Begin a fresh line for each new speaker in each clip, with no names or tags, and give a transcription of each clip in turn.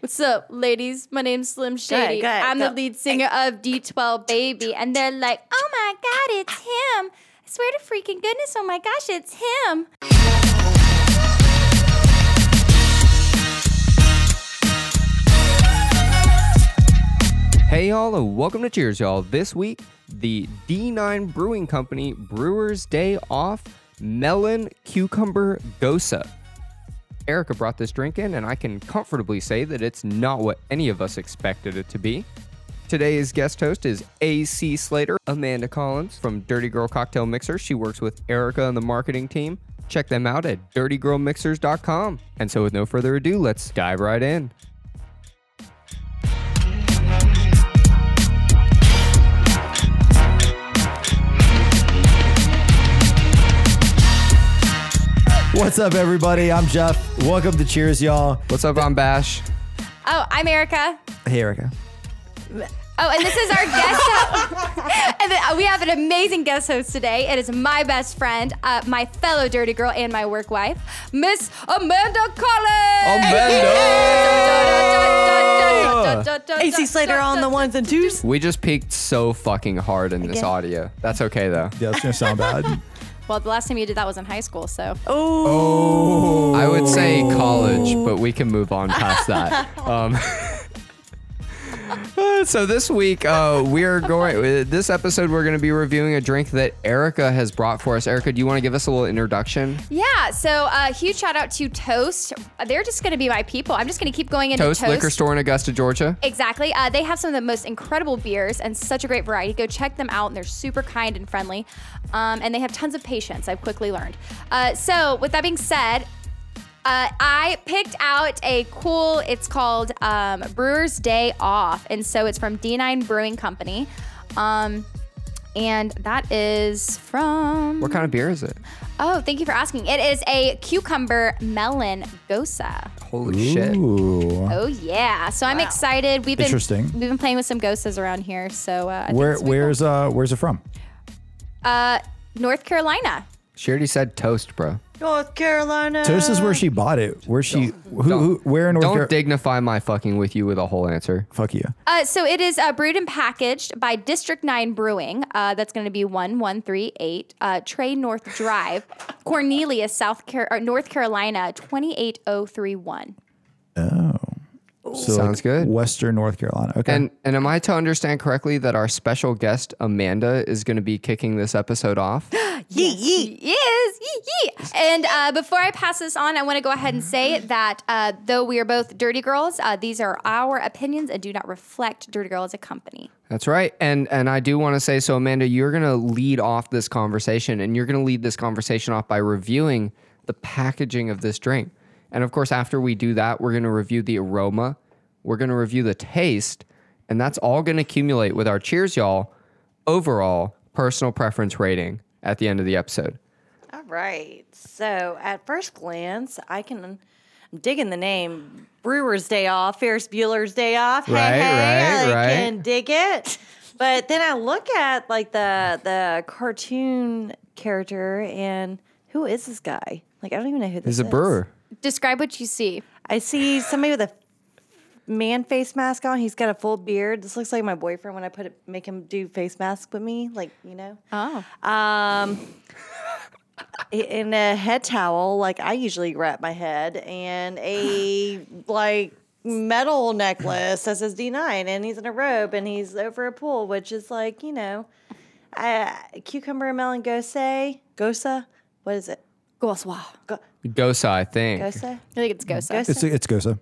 What's up, ladies? My name's Slim Shady.
good,
I'm the
go.
lead singer of D12 Baby. And they're like, oh my God, it's him. I swear to freaking goodness, oh my gosh, it's him.
Hey y'all, and welcome to Cheers, y'all. This week, the D9 Brewing Company Brewers Day Off Melon Cucumber Gosa. Erica brought this drink in, and I can comfortably say that it's not what any of us expected it to be. Today's guest host is AC Slater, Amanda Collins from Dirty Girl Cocktail Mixer. She works with Erica and the marketing team. Check them out at dirtygirlmixers.com. And so, with no further ado, let's dive right in.
What's up, everybody? I'm Jeff. Welcome to Cheers, y'all.
What's up, on Bash?
Oh, I'm Erica.
Hey, Erica.
Oh, and this is our guest host. and then uh, we have an amazing guest host today. It is my best friend, uh, my fellow dirty girl, and my work wife, Miss Amanda Collins. Amanda!
AC Slater on the ones and twos.
We just peaked so fucking hard in this audio. That's okay though.
Yeah, it's gonna sound bad.
Well, the last time you did that was in high school, so.
Oh,
I would say college, but we can move on past that. Um, uh, so this week uh, we are going. uh, This episode we're going to be reviewing a drink that Erica has brought for us. Erica, do you want to give us a little introduction?
Yeah, so uh, huge shout out to Toast. They're just going to be my people. I'm just going to keep going into
Toast, Liquor Store in Augusta, Georgia.
Exactly. Uh, they have some of the most incredible beers and such a great variety. Go check them out, and they're super kind and friendly. Um, and they have tons of patience, I've quickly learned. Uh, so, with that being said, uh, I picked out a cool, it's called um, Brewer's Day Off. And so it's from D9 Brewing Company. Um, and that is from.
What kind of beer is it?
Oh, thank you for asking. It is a cucumber melon gosa.
Holy shit!
Ooh.
Oh yeah! So I'm excited. We've been
Interesting.
We've been playing with some ghosts around here. So uh, I think
Where,
this will be
where's uh, where's it from?
cool. uh, North Carolina?
She already said toast, bro.
North Carolina.
Toast is where she bought it. Where she? Who, who? Where in North
Don't
Carolina?
dignify my fucking with you with a whole answer.
Fuck you.
Uh, so it is uh, brewed and packaged by District Nine Brewing. Uh, that's going to be one one three eight uh, Trey North Drive, Cornelius, South Car- or North Carolina twenty eight oh three one.
So
Sounds good.
Western North Carolina. Okay.
And and am I to understand correctly that our special guest Amanda is going to be kicking this episode off?
Yee, yee.
Yes, yee, yee. And uh, before I pass this on, I want to go ahead and say
Mm-hmm.
that uh, though we are both dirty girls, uh, these are our opinions and do not reflect Dirty Girl as a company.
That's right. And and I do want to say so Amanda, you're going to lead off this conversation and you're going to lead this conversation off by reviewing the packaging of this drink. And of course, after we do that, we're going to review the aroma, we're going to review the taste, and that's all going to accumulate with our cheers y'all overall personal preference rating at the end of the episode.
All right. So at first glance, I can I'm digging the name Brewer's Day Off, Ferris Bueller's Day Off.
Right,
hey, hey,
right,
I
right.
can dig it. But then I look at like the the cartoon character and who is this guy? Like I don't even know who this is.
He's a brewer.
Describe what you see.
I see somebody with a man face mask on. He's got a full beard. This looks like my boyfriend when I put it, make him do face masks with me, like you know.
Oh.
Um, in a head towel, like I usually wrap my head, and a like metal necklace that says D9, and he's in a robe, and he's over a pool, which is like you know, uh, cucumber and melon gose gosa. What is it?
Goswa.
Gosa, I think.
Gosa.
I think it's Gosa.
Mm-hmm.
it's it's Gosa.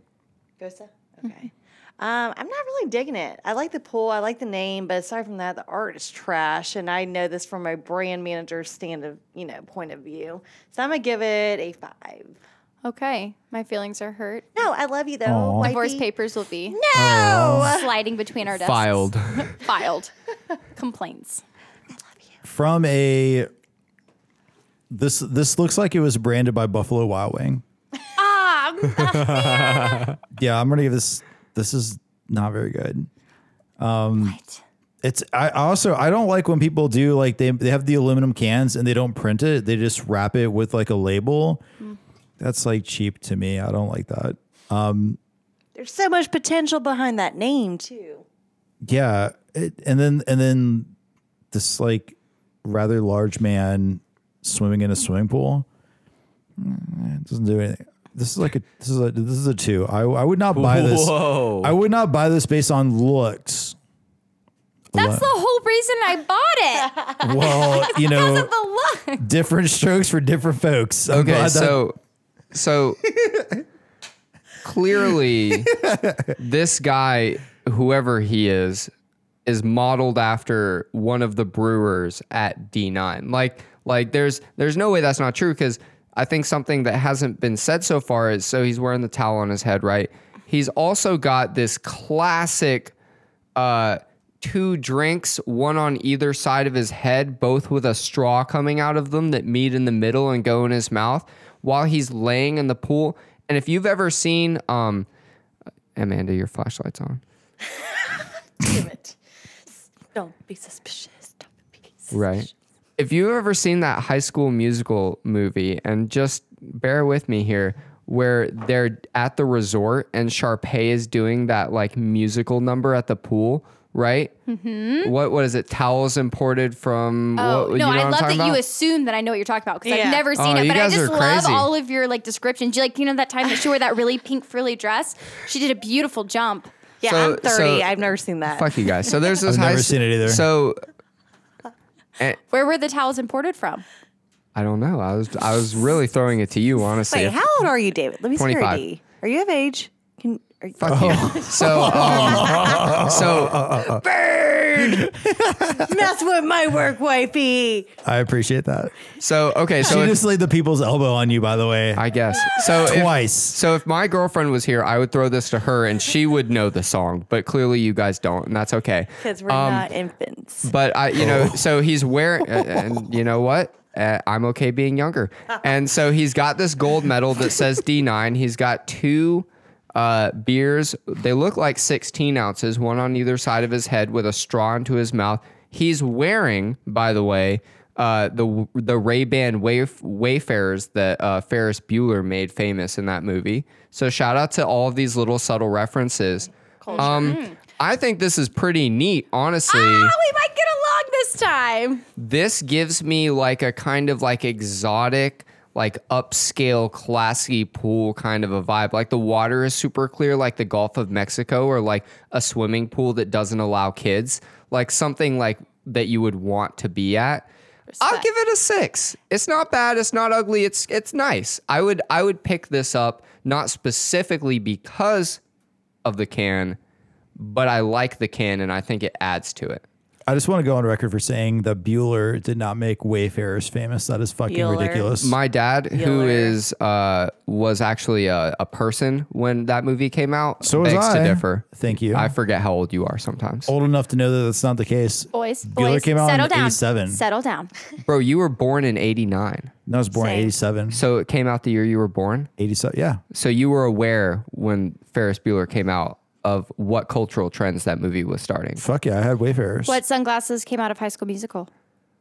Gosa. Okay. Um, I'm not really digging it. I like the pool. I like the name, but aside from that, the art is trash. And I know this from my brand manager's stand of you know point of view. So I'm gonna give it a five.
Okay. My feelings are hurt.
No, I love you though.
Aw.
wifey.
Divorce papers will be Oh.
No.
sliding between our desks.
Filed.
Filed. Complaints.
From a. This this looks like it was branded by Buffalo Wild Wing.
Ah,
Yeah, I'm gonna give this. This is not very good. Um,
what?
It's I I also I don't like when people do like they they have the aluminum cans and they don't print it. They just wrap it with like a label. That's like cheap to me. I don't like that.
There's There's so much potential behind that name too.
yeah it, and then and then this like rather large man swimming in a swimming pool Mm, it doesn't do anything this is like a this is a this is a two i, I would not buy this
Whoa.
i would not buy this based on looks
That's the whole reason I bought it.
well you know
the look.
different strokes for different folks I'm glad
Okay,
that-
so so clearly this guy, whoever he is, is modeled after one of the brewers at D9. Like like there's there's no way that's not true because I think something that hasn't been said so far is so he's wearing the towel on his head, right? He's also got this classic uh two drinks, one on either side of his head, both with a straw coming out of them that meet in the middle and go in his mouth while he's laying in the pool. And if you've ever seen um Amanda, your flashlight's on.
Damn it. Don't be suspicious. Don't be suspicious.
Right. If you've ever seen that high school musical movie, and just bear with me here, where they're at the resort and Sharpay is doing that like musical number at the pool, right? Mm-hmm. What what is it? Towels imported from
Oh,
what,
no,
you know
I
what I'm
love that
talking
you
about?
assume that I know what you're talking about because
Yeah.
I've never seen
Oh,
it.
you
But I
guys
just
are
love
crazy.
all of your like descriptions. You like you know that time that she wore that really pink frilly dress. She did a beautiful jump.
Yeah,
So-
I'm 30.
so-
I've never seen that.
Fuck you guys. So there's this
I've
high
never
s-
seen it either.
So
Where were the towels imported from?
I don't know. I was I was really throwing it to you, honestly.
Wait, how old are you, David? Let me see your
25.
ID. Are you of age? Can are you,
Fuck you. So um, so
mess with my work, wifey.
i appreciate that
so okay. So
she
if-
just laid the people's elbow on you by the way
I guess. So if-
Twice.
so if my girlfriend was here, I would throw this to her and she would know the song, but clearly you guys don't, and that's okay.
Because we're
Um,
not infants.
But I, you know, so he's wearing, uh, and you know what? Uh, I'm okay being younger. And so he's got this gold medal that says D9. He's got two uh, beers. They look like 16 ounces, one on either side of his head with a straw into his mouth. He's wearing, by the way, uh, the the Ray Ban Wayf- Wayfarers that uh, Ferris Bueller made famous in that movie. So shout out to all of these little subtle references. Um, I think this is pretty neat, honestly
Oh, we might get along this time.
this gives me like a kind of like exotic like upscale classy pool kind of a vibe like the water is super clear like the gulf of mexico or like a swimming pool that doesn't allow kids like something like that you would want to be at i'll give it a six it's not bad it's not ugly it's it's nice i would i would pick this up not specifically because of the can but i like the can and i think it adds to it
I just want to go on record for saying that Bueller did not make Wayfarers famous. That is fucking
Bueller.
ridiculous.
My dad, who
Bueller.
is uh, was actually a, a person when that movie came out.
So was
begs to
I.
differ.
Thank you. Oh.
I forget how old you are sometimes,
Old enough to know that that's not the case.
Boys,
Bueller
boys,
came out
settle
in
down.
87.
Settle down.
bro. You were born in '89,
And I was born in
Same.
87.
so it came out the year you were born.
87. Yeah.
So you were aware when Ferris Bueller came out of what cultural trends that movie was starting.
Fuck yeah. I had Wayfarers.
What sunglasses came out of High School Musical?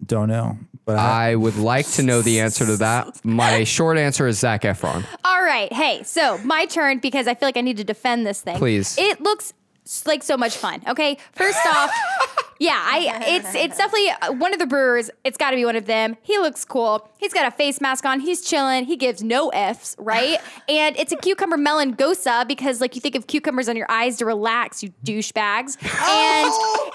Don't know. But
Ah,
I,
I would like to know the answer to that. My short answer is Zach Efron.
All right. Hey, so my turn because I feel like I need to defend this thing.
Please.
It looks s- like so much fun. Okay. First off, yeah, I it's it's definitely uh, one of the brewers. It's got to be one of them. He looks cool. He's got a face mask on. He's chilling. He gives no f's, right? and it's a cucumber melon gosa because like you think of cucumbers on your eyes to relax, you douchebags. And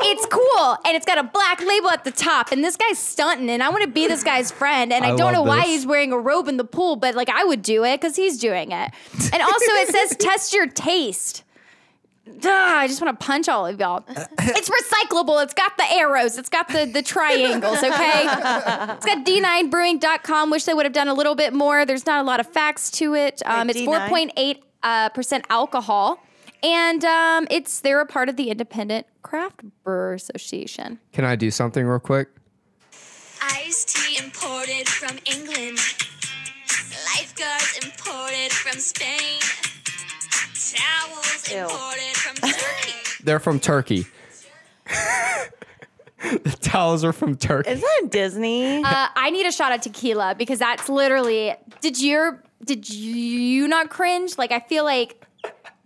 it's cool. And it's got a black label at the top. And this guy's stunting. And I want to be this guy's friend. And I,
I
don't know
love
why
this.
he's wearing a robe in the pool, but like I would do it because he's doing it. And also, it says test your taste. Duh, I just want to punch all of y'all. It's recyclable. It's got the arrows. It's got the the triangles. Okay. It's got d9brewing.com. Wish they would have done a little bit more. There's not a lot of facts to it. Um,
Right,
it's
D9.
4.8 uh, percent alcohol, and um, it's they're a part of the Independent Craft Brewer Association.
Can I do something real quick?
Iced tea imported from England. Lifeguards imported from Spain. Towels
Ew.
imported from Turkey.
They're from Turkey. the towels are from Turkey.
Is that Disney?
Uh, I need a shot of tequila because that's literally. Did your did you not cringe? Like I feel like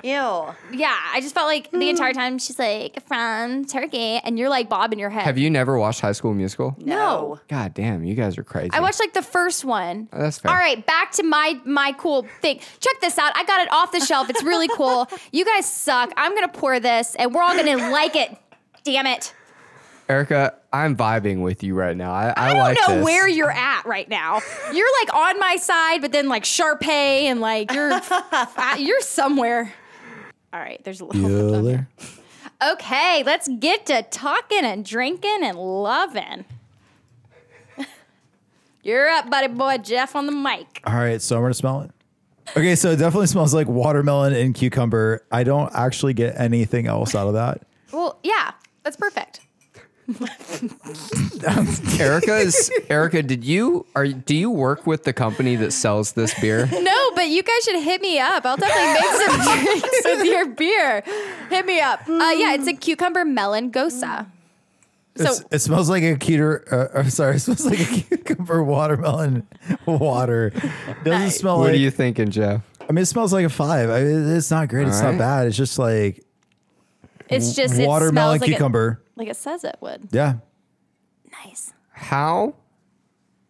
Ew.
Yeah, I just felt like the entire time she's like from Turkey, and you're like bobbing your head.
Have you never watched High School Musical?
No.
God damn, you guys are crazy.
I watched like the first one.
Oh, that's fair.
All right, back to my my cool thing. Check this out. I got it off the shelf. It's really cool. You guys suck. I'm gonna pour this, and we're all gonna like it. Damn it!
Erica, I'm vibing with you right now. I, I,
I don't
like
know
this.
where you're at right now. You're like on my side, but then like Sharpay and like you're I- you're somewhere. All right, there's a little.
Yeah, there.
Okay, let's get to talking and drinking and loving. You're up, buddy boy Jeff on the mic.
All right, so I'm gonna smell it. Okay, so it definitely smells like watermelon and cucumber. I don't actually get anything else out of that.
Well, yeah, that's perfect.
Erica is Erica, did you are do you work with the company that sells this beer?
No, but you guys should hit me up. I'll definitely make some drinks with your beer. Hit me up. Uh, yeah, it's a cucumber melon gosa.
It's-
So-
it smells like a cuter. Uh, uh, sorry, it smells like a cucumber watermelon water. Doesn't smell
What
like.
are you thinking, Jeff?
I mean, it smells like a five. I mean, it's not great. it's
All right.
not bad. It's just like
It's just it
watermelon
smells like
cucumber.
It, like it says it would.
yeah,
Nice.
How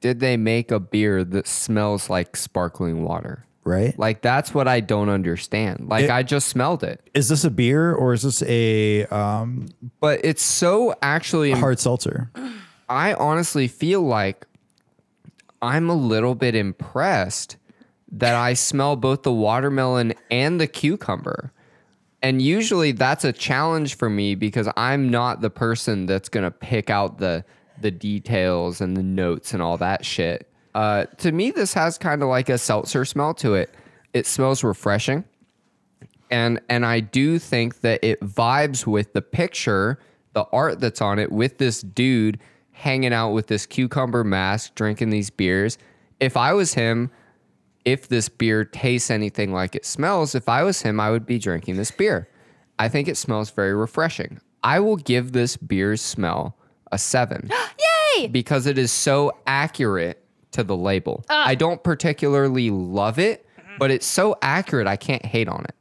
did they make a beer that smells like sparkling water?
right.
Like that's what I don't understand. Like
It-
I just smelled it.
is this a beer or is this a um,
But it's so actually
hard seltzer?
I honestly feel like I'm a little bit impressed that I smell both the watermelon and the cucumber. And usually that's a challenge for me because I'm not the person that's going to pick out the the details and the notes and all that shit. Uh, to me, this has kind of like a seltzer smell to it. It smells refreshing and and I do think that it vibes with the picture, the art that's on it, with this dude hanging out with this cucumber mask, drinking these beers. If I was him, if this beer tastes anything like it smells, if I was him, I would be drinking this beer. I think it smells very refreshing. I will give this beer's smell a seven
Yay!
because it is so accurate to the label. I don't particularly love it, but it's so accurate, I can't hate on it.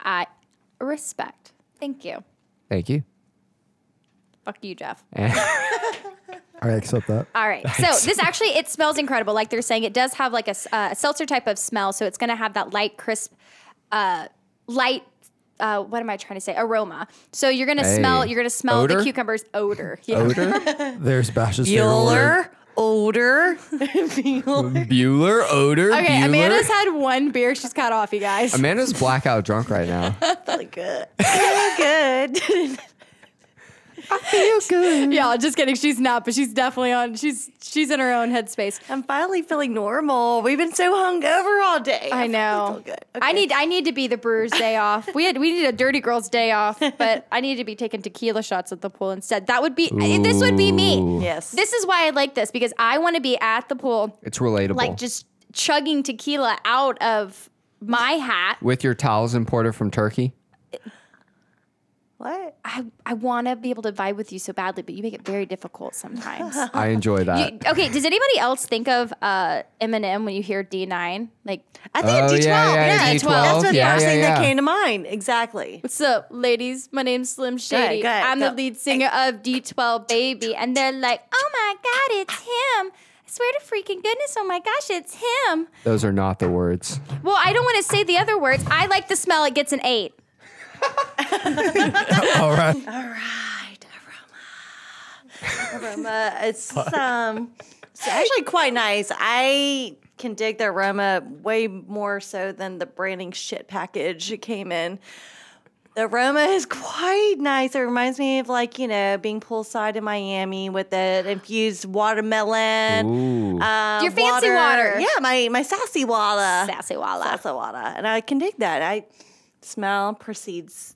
I respect. Thank you.
Thank you.
Fuck you, Jeff.
I accept that.
All right. So this actually it smells incredible. Like they're saying, it does have like a, s- uh, a seltzer type of smell, so it's going to have that light, crisp, uh, light. Uh, what am I trying to say? Aroma. So you're gonna smell.
Hey.
You're gonna smell
Odor?
the cucumber's odor. Yeah.
There's Bash's favorite word.
Bueller, odor, Bueller.
Bueller odor.
Okay.
Bueller.
Amanda's had one beer. She's cut off, you guys.
Amanda's blackout drunk right now.
Really good. Really good.
yeah. Just kidding. She's not, but she's definitely on. She's she's in her own headspace.
I'm finally feeling normal. We've been so hungover all day.
I know.
feel good.
I
Okay.
need I need to be the brewer's day off. We had we need a dirty girl's day off, but I need to be taking tequila shots at the pool instead. That would be this would be me.
Ooh.
Yes.
This is why I like this because I want to be at the pool,
It's relatable.
like just chugging tequila out of my hat.
with your towels imported from Turkey.
what?
I, I want to be able to vibe with you so badly, but you make it very difficult sometimes.
I enjoy that.
You- okay, does anybody else think of uh, Eminem when you hear D9? Like,
I think
Oh,
D12.
yeah, yeah,
Yeah,
D12.
That's what
Yeah,
the first
yeah,
thing that
yeah.
came to mind. Exactly.
What's up, ladies? My name's Slim Shady.
go ahead,
I'm the
go.
lead singer of D12 Baby. And they're like, oh my God, it's him. I swear to freaking goodness, oh my gosh, it's him.
Those are not the words.
Well, I don't want to say the other words. I like the smell, it gets an eight.
All right.
aroma. It's um, it's actually quite nice. I can dig the aroma way more so than the branding shit package it came in. The aroma is quite nice. It reminds me of like you know being poolside in Miami with the infused watermelon.
Ooh.
uh,
Your fancy water.
Yeah, my my sassy walla.
Sassy walla.
Sassy walla. And I can dig that. I smell precedes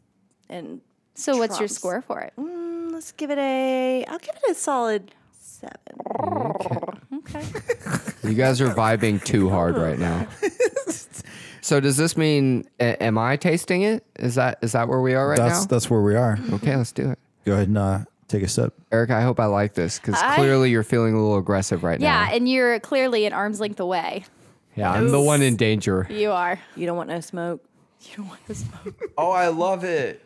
and
So, what's your
Trumps.
score for it?
Mm, let's give it a. I'll give it a solid seven.
you guys are vibing too hard right now. so does this mean a- am I tasting it? Is that is that where we are right
That's
now?
that's where we are.
Mm.
okay, let's do it.
Go ahead and uh, take a sip.
Eric, I hope I like this because
I-
clearly you're feeling a little aggressive right
Yeah,
now.
and you're clearly an arm's length away.
Yeah, I'm the one in danger.
You are.
You don't want no smoke.
You don't want to smoke.
Oh, I love it.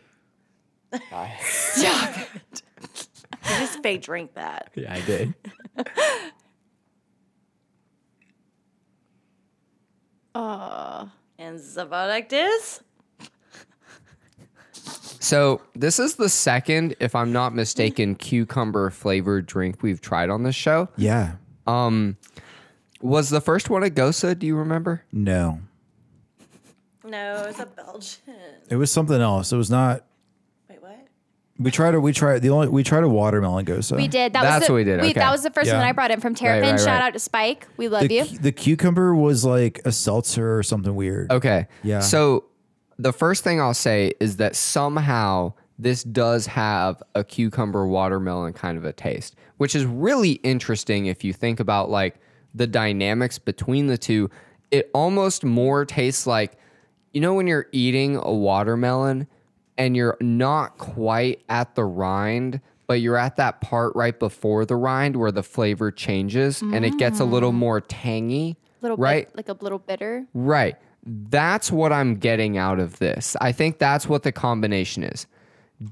I,
Stop it. You just fake drink that.
yeah, I did.
And the product is
So this is the second, if I'm not mistaken, cucumber flavored drink we've tried on this show.
Yeah.
Um, was the first one a Gosa? Do you remember?
No.
no, it's a Belgian.
It was something else. It was not.
Wait, what?
We tried a we tried the only we tried a watermelon gosa.
We did. That
That's
was the,
what we did, okay.
That was the first
Yeah.
one I brought in from Terrapin.
Right, right,
Shout
right.
out to Spike. We love
The,
you.
cu- the cucumber was like a seltzer or something weird.
Okay.
Yeah.
So the first thing I'll say is that somehow this does have a cucumber watermelon kind of a taste, which is really interesting if you think about like the dynamics between the two. It almost more tastes like you know when you're eating a watermelon and you're not quite at the rind, but you're at that part right before the rind where the flavor changes and it gets a little more tangy.
Mm. little
right?
bit, like a little bitter.
Right. That's what I'm getting out of this. I think that's what the combination is.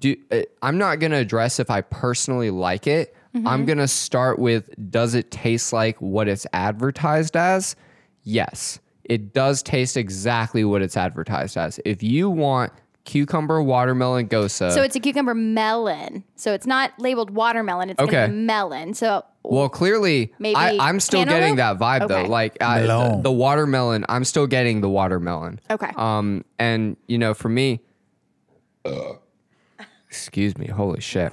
Do uh, I'm not going to address if I personally like it.
Mm-hmm.
I'm going to start with does it taste like what it's advertised as? Yes. It does taste exactly what it's advertised as. If you want cucumber watermelon gosa,
So it's a cucumber melon. So it's not labeled watermelon. It's
Okay.
gonna be melon. So
Well, clearly,
Maybe
I, I'm still getting that
cantaloupe?
vibe though.
Okay.
Like I, the,
Melon.
the watermelon, I'm still getting the watermelon.
Okay.
Um, and you know, for me, excuse me, holy shit.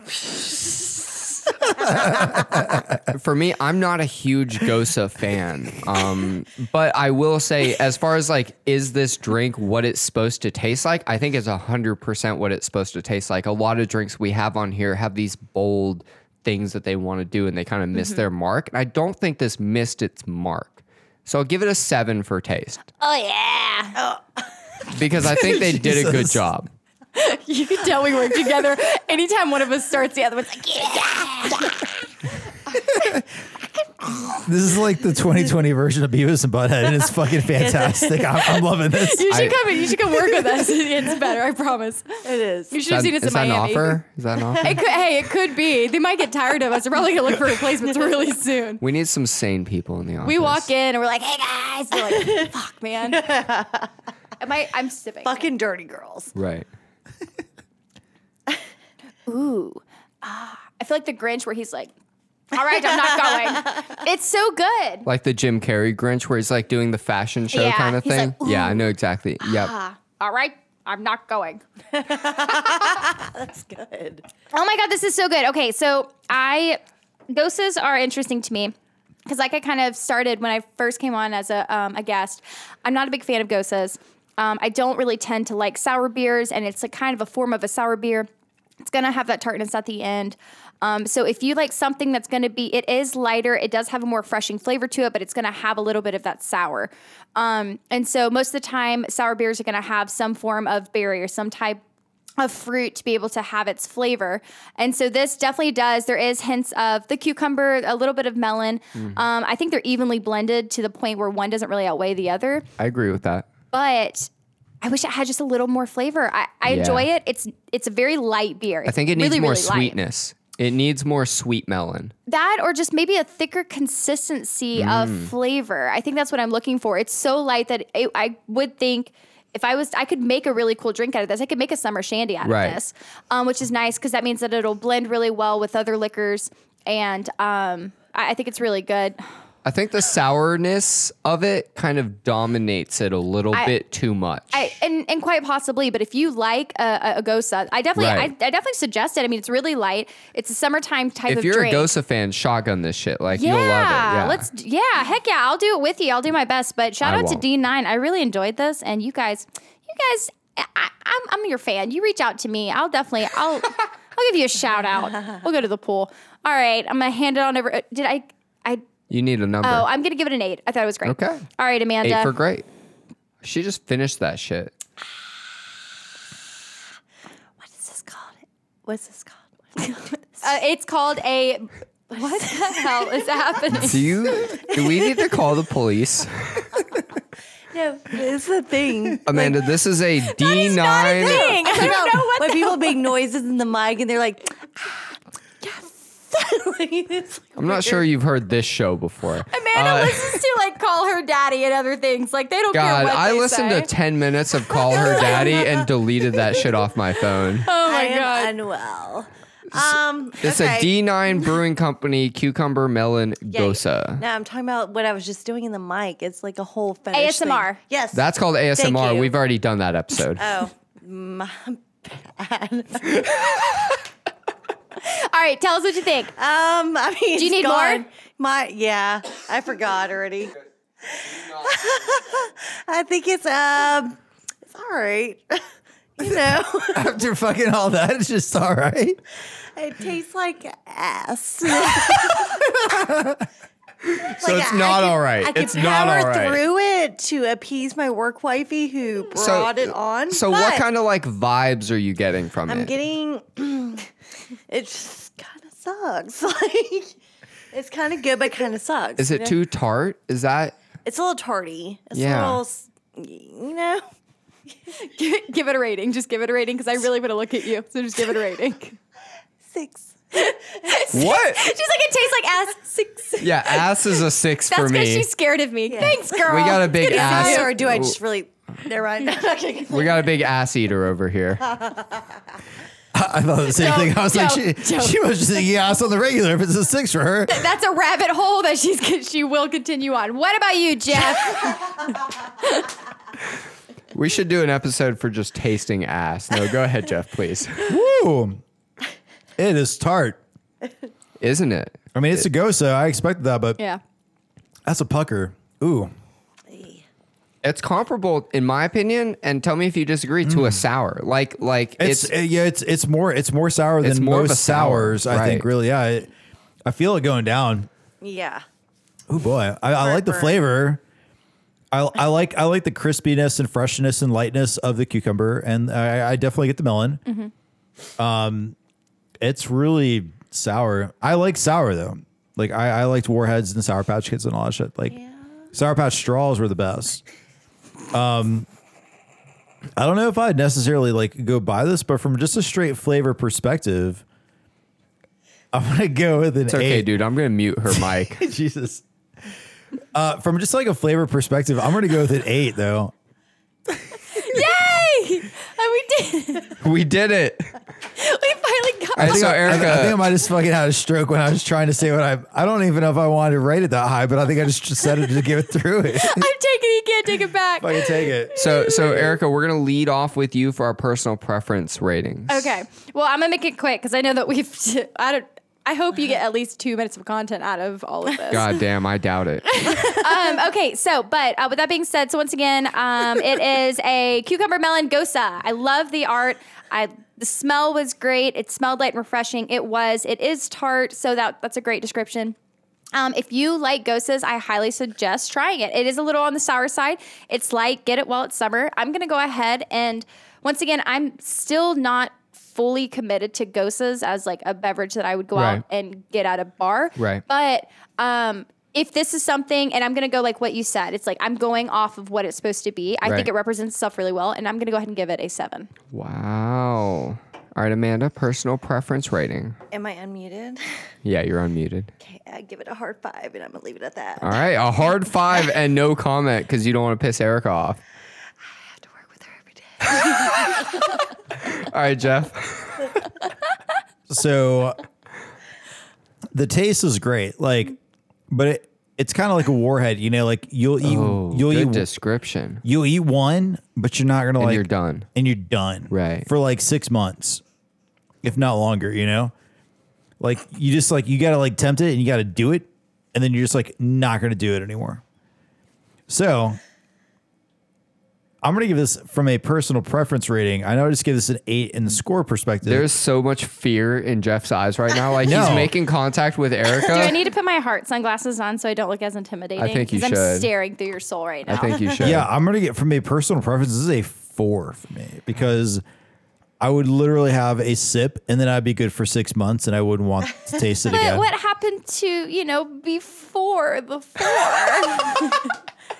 for me, I'm not a huge Gosa fan. Um, but I will say, as far as like, is this drink what it's supposed to taste like? I think it's 100% what it's supposed to taste like. A lot of drinks we have on here have these bold things that they want to do and they kind of miss their mark. And I don't think this missed its mark. So I'll give it a seven for taste
oh yeah,
because I think they did a good
Jesus.
job.
you can tell we work together. Anytime one of us starts, the other one's like, yeah.
This is like the 2020 version of Beavis and Butthead, and it's fucking fantastic. I'm, I'm loving this.
You should
I-
come in. You should come work with us. It's better. I promise.
It is.
You should have seen us
is
in
that an
Miami.
offer? Is that an offer?
It could, hey, it could be. They might get tired of us. They're probably gonna look for replacements really soon.
We need some sane people in the office.
We walk in and we're like, "Hey guys!" They're like, "Fuck, man." Am I? I'm sipping.
Fucking dirty girls.
Right.
Ooh. Ah, I feel like the Grinch where he's like, all right, I'm not going. It's so good.
Like the Jim Carrey Grinch where he's like doing the fashion show
Yeah,
kind of
he's
thing.
like, Ah.
yeah, I know exactly. Yep.
All right, I'm not going.
That's good.
Oh my God, this is so good. Okay, so I, doses are interesting to me. Because like I kind of started when I first came on as a, um, a guest, I'm not a big fan of gosas. Um, I don't really tend to like sour beers, and it's a kind of a form of a sour beer. It's gonna have that tartness at the end. Um, so if you like something that's gonna be, it is lighter. It does have a more refreshing flavor to it, but it's gonna have a little bit of that sour. Um, and so most of the time, sour beers are gonna have some form of berry or some type of fruit to be able to have its flavor. And so this definitely does. There is hints of the cucumber, a little bit of melon.
Mm-hmm.
Um, I think they're evenly blended to the point where one doesn't really outweigh the other.
I agree with that.
But I wish it had just a little more flavor. I, I
Yeah.
enjoy it. It's it's a very light beer.
I think it needs more
light.
sweetness. It needs more sweet melon.
That or just maybe a thicker consistency
Mm.
of flavor. I think that's what I'm looking for. It's so light that it, I would think if I was, I could make a really cool drink out of this. I could make a summer shandy out
Right.
of this, um, which is nice because that means that it'll blend really well with other liquors. And um, I, I think it's really good.
I think the sourness of it kind of dominates it a little bit too much.
I, and, and quite possibly, but if you like a, a, a Gosa, I definitely
Right.
I, I definitely suggest it. I mean, it's really light. It's a summertime type
if
of
you're
drink.
a Gosa fan, shotgun this shit. Like
Yeah,
you'll love it. Yeah.
let's. Yeah, heck yeah, I'll do it with you. I'll do my best. But shout
I
out
won't.
to D9. I really enjoyed this, and you guys, you guys, I, I- I'm, I'm your fan. You reach out to me. I'll definitely. I'll. I'll give you a shout out. We'll go to the pool. All right, I'm gonna hand it on over. uh, Did I? I.
you need a number.
Oh, I'm gonna give it an eight. I thought it was great.
Okay.
All right, Amanda.
Eight for great. She just finished that shit.
What is this called? What's this called?
uh, it's called a. What the hell is happening?
Do you do we need to call the police?
No, it's a thing.
Amanda, this is a D9.
Dang, I don't know what
when people make noises in the mic and they're like, "Ah, yes. Like, it's like
I'm not sure you've heard this show before.
Amanda
Uh,
listens to like call her daddy and other things. Like they don't
God,
care what
I
they
listened
say.
to 10 minutes of Call Her Daddy and deleted that shit off my phone.
oh
I
my
am
god.
unwell. Um,
It's
okay.
a D9 Brewing Company Cucumber Melon
Yeah,
Gosa.
No, I'm talking about what I was just doing in the mic. It's like a whole fetish thing.
ASMR.
Yes.
That's called ASMR.
you.
We've already done that episode.
oh. My bad.
All right, tell us what you think.
Um, I mean,
Do you
it's
need
gone.
more?
My yeah, I forgot already. I think it's um, it's all right. you know,
After fucking all that, it's just all right.
it tastes like ass.
so it's not all right.
I could
It's not
power
all right.
through it to appease my work wifey who brought it on.
so what
but
kind of like vibes are you getting from
I'm
it?
getting it just kind of sucks. Like it's kind of good, but kind of sucks.
Is
you
it
know?
too tart? Is that
It's a little tardy. It's
Yeah.
a little, s- you know.
give it a rating. Just give it a rating because I really want to look at you. So just give it a rating.
six.
what?
She's like, it tastes like ass. Six.
Yeah, ass is a six
That's
for
because
me.
she's scared of me. Thanks, girl.
We got a big ass.
or do I just really? Never mind.
We got a big ass eater over here.
I thought the same thing. I was like, she, she was just thinking ass on the regular. If it's a six for her,
That's a rabbit hole that she's she will continue on. What about you, Jeff?
We should do an episode for just tasting ass. No, go ahead, Jeff, please.
woo, it is tart.
Isn't it?
I mean, it's a go, so I expected that, but
Yeah.
that's a pucker. Ooh,
It's comparable, in my opinion, and tell me if you disagree, to a sour. Like, like
Mm. it's,
it's,
uh, yeah, it's it's more it's more sour
It's
than
more of a
most
sour,
sours. I think
right.
really, yeah. It, I feel it going down.
yeah.
Oh boy, I, I like the
Heartburn.
flavor. I, I like I like the crispiness and freshness and lightness of the cucumber, and I, I definitely get the melon. Um, it's really sour. I like sour though. Like I, I liked warheads and sour patch kids and all that shit. Like sour patch straws were the best. Um, I don't know if I'd necessarily like go buy this, but from just a straight flavor perspective, I'm gonna go with an
it's okay,
eight.
dude. I'm gonna mute her mic.
Jesus. Uh, from just like a flavor perspective, I'm gonna go with an eight though.
Yay! And we did. We
we did it.
finally got.
All right, so Erica,
I, I think I might just fucking had a stroke when I was trying to say what I. I don't even know if I wanted to rate it that high, but I think I just decided to give it through it.
I'm taking it. You can't take it back.
fucking take it.
so so Erica, we're gonna lead off with you for our personal preference ratings.
Okay. Well, I'm gonna make it quick because I know that we've. I don't. I hope you get at least two minutes of content out of all of this.
God damn, I doubt it.
Um, okay, so, but uh, with that being said, so once again, um, it is a cucumber melon gosa. I love the art. I the smell was great. It smelled light and refreshing. It was. It is tart. So that that's a great description. Um, if you like gosas, I highly suggest trying it. It is a little on the sour side. It's light. Get it while it's summer. I'm gonna go ahead and once again, I'm still not fully committed to gosas as like a beverage that I would go
Right.
out and get at a bar.
Right.
But um, if this is something, and I'm going to go like what you said, it's like I'm going off of what it's supposed to be. I
Right.
think it represents itself really well, and I'm going to go ahead and give it a seven.
Wow. All right, Amanda, personal preference rating.
Am I unmuted?
Yeah, you're unmuted.
Okay, I give it a hard five, and I'm gonna leave it at that.
All right, a hard five and no comment because you don't want to piss Erica off.
I have to work with her every day.
All right, Jeff.
So the taste is great, like, but it it's kind of like a warhead, you know, like you'll eat
Oh,
you'll
good
eat
description.
you'll eat one, but you're not gonna like
you're done.
and you're done,
Right.
For like six months, if not longer, you know. Like you just like you gotta like tempt it and you gotta do it, and then you're just like not gonna do it anymore. So I'm gonna give this from a personal preference rating. I know I just gave this an eight in the score perspective.
There's so much fear in Jeff's eyes right now. Like he's
No.
making contact with Erica.
Do I need to put my heart sunglasses on so I don't look as intimidating?
I think you
'Cause I'm
should.
staring through your soul right now.
I think you should.
Yeah, I'm gonna get from a personal preference. This is a four for me because I would literally have a sip and then I'd be good for six months and I wouldn't want to taste it
But
again.
what happened to you know before the four? it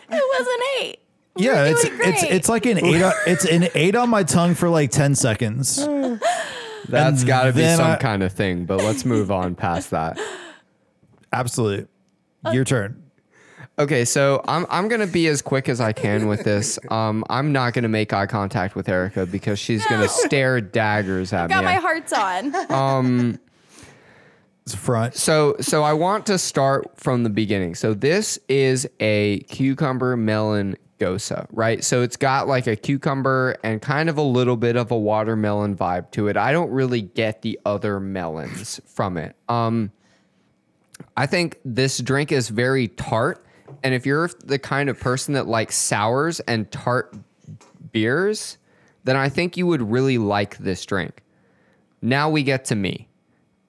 was an eight.
yeah, it's
doing
it's
great.
it's like an eight. On, it's an eight on my tongue for like ten seconds.
That's got to be
then
some
I-
kind of thing, but let's move on past that.
Absolute.
Uh,
Your turn.
Okay, so I'm I'm gonna be as quick as I can with this. Um, I'm not gonna make eye contact with Erica because she's gonna stare daggers at
Got
me.
my hearts on.
It's front.
so so I want to start from the beginning. So this is a cucumber melon gosa, right? So it's got like a cucumber and kind of a little bit of a watermelon vibe to it. I don't really get the other melons from it. Um I think this drink is very tart. And if you're the kind of person that likes sours and tart beers, then I think you would really like this drink. Now we get to me.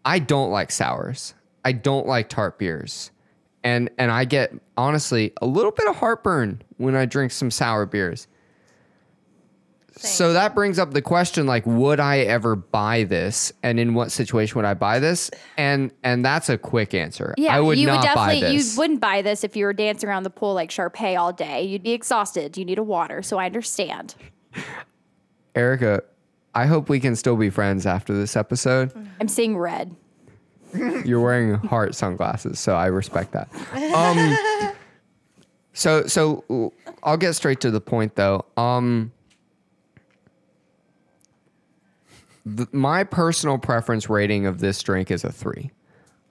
I don't like sours. I don't like tart beers. And and I get honestly a little bit of heartburn when I drink some sour beers. So that brings up the question like would I ever buy this and in what situation would I buy this? And and that's a quick answer.
Yeah,
I would
you
not
would definitely
buy this.
you wouldn't buy this if you were dancing around the pool like Sharpay all day. You'd be exhausted. You need a water, so I understand.
Erica, I hope we can still be friends after this episode.
I'm seeing red.
You're wearing heart sunglasses, so I respect that. Um, so so I'll get straight to the point though. Um, th- my personal preference rating of this drink is a three.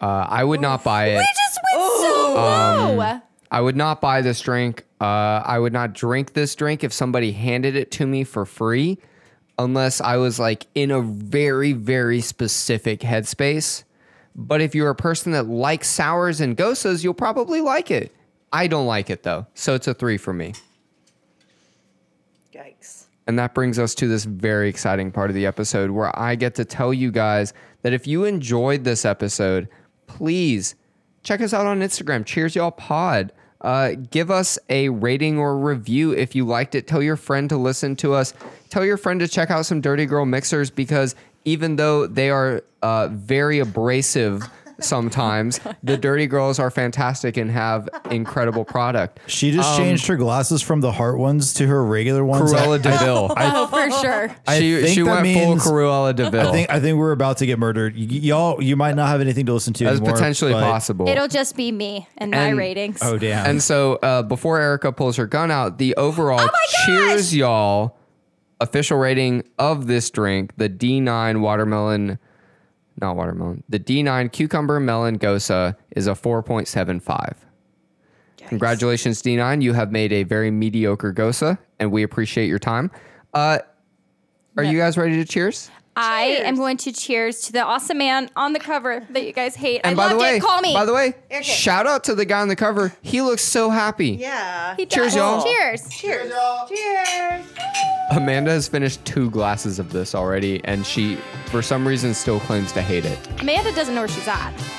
Uh, I would not buy it.
I just went so
Oh.
low.
I would not buy this drink. Uh, I would not drink this drink if somebody handed it to me for free, unless I was like in a very, very specific headspace. But if you're a person that likes sours and gosas, you'll probably like it. I don't like it though, so it's a three for me.
Yikes.
And that brings us to this very exciting part of the episode where I get to tell you guys that if you enjoyed this episode, please check us out on Instagram. Cheers, y'all pod. Uh, give us a rating or review if you liked it. Tell your friend to listen to us. Tell your friend to check out some Dirty Girl mixers because even though they are uh, very abrasive sometimes, the Dirty Girls are fantastic and have incredible product.
She
Um,
just changed her glasses from the heart ones to her regular ones.
Cruella
I,
Deville.
Oh, for sure.
I
she
think
she
that
went
means-
full Cruella Deville.
I think I think we're about to get murdered. Y- y'all, you might not have anything to listen to.
That's
anymore,
potentially
but-
possible.
It'll just be me and, my
And-
ratings.
Oh damn!
and so uh, before Erica pulls her gun out, the overall cheers y'all official rating of this drink, the D9 watermelon, not watermelon, the D9 cucumber melon gosa is a 4.75. Congratulations, D9. You have made a very mediocre gosa, and we appreciate your time. Uh, are you guys ready to cheers?
I am going to cheers to the awesome man on the cover that you guys hate.
And
I
by
loved
the way,
it. Call me.
by the way, shout out to the guy on the cover. He looks so happy.
Yeah.
He
cheers,
does.
y'all.
Cheers.
Cheers. Cheers.
Amanda has finished two glasses of this already, and she, for some reason, still claims to hate it.
Amanda doesn't know where she's at.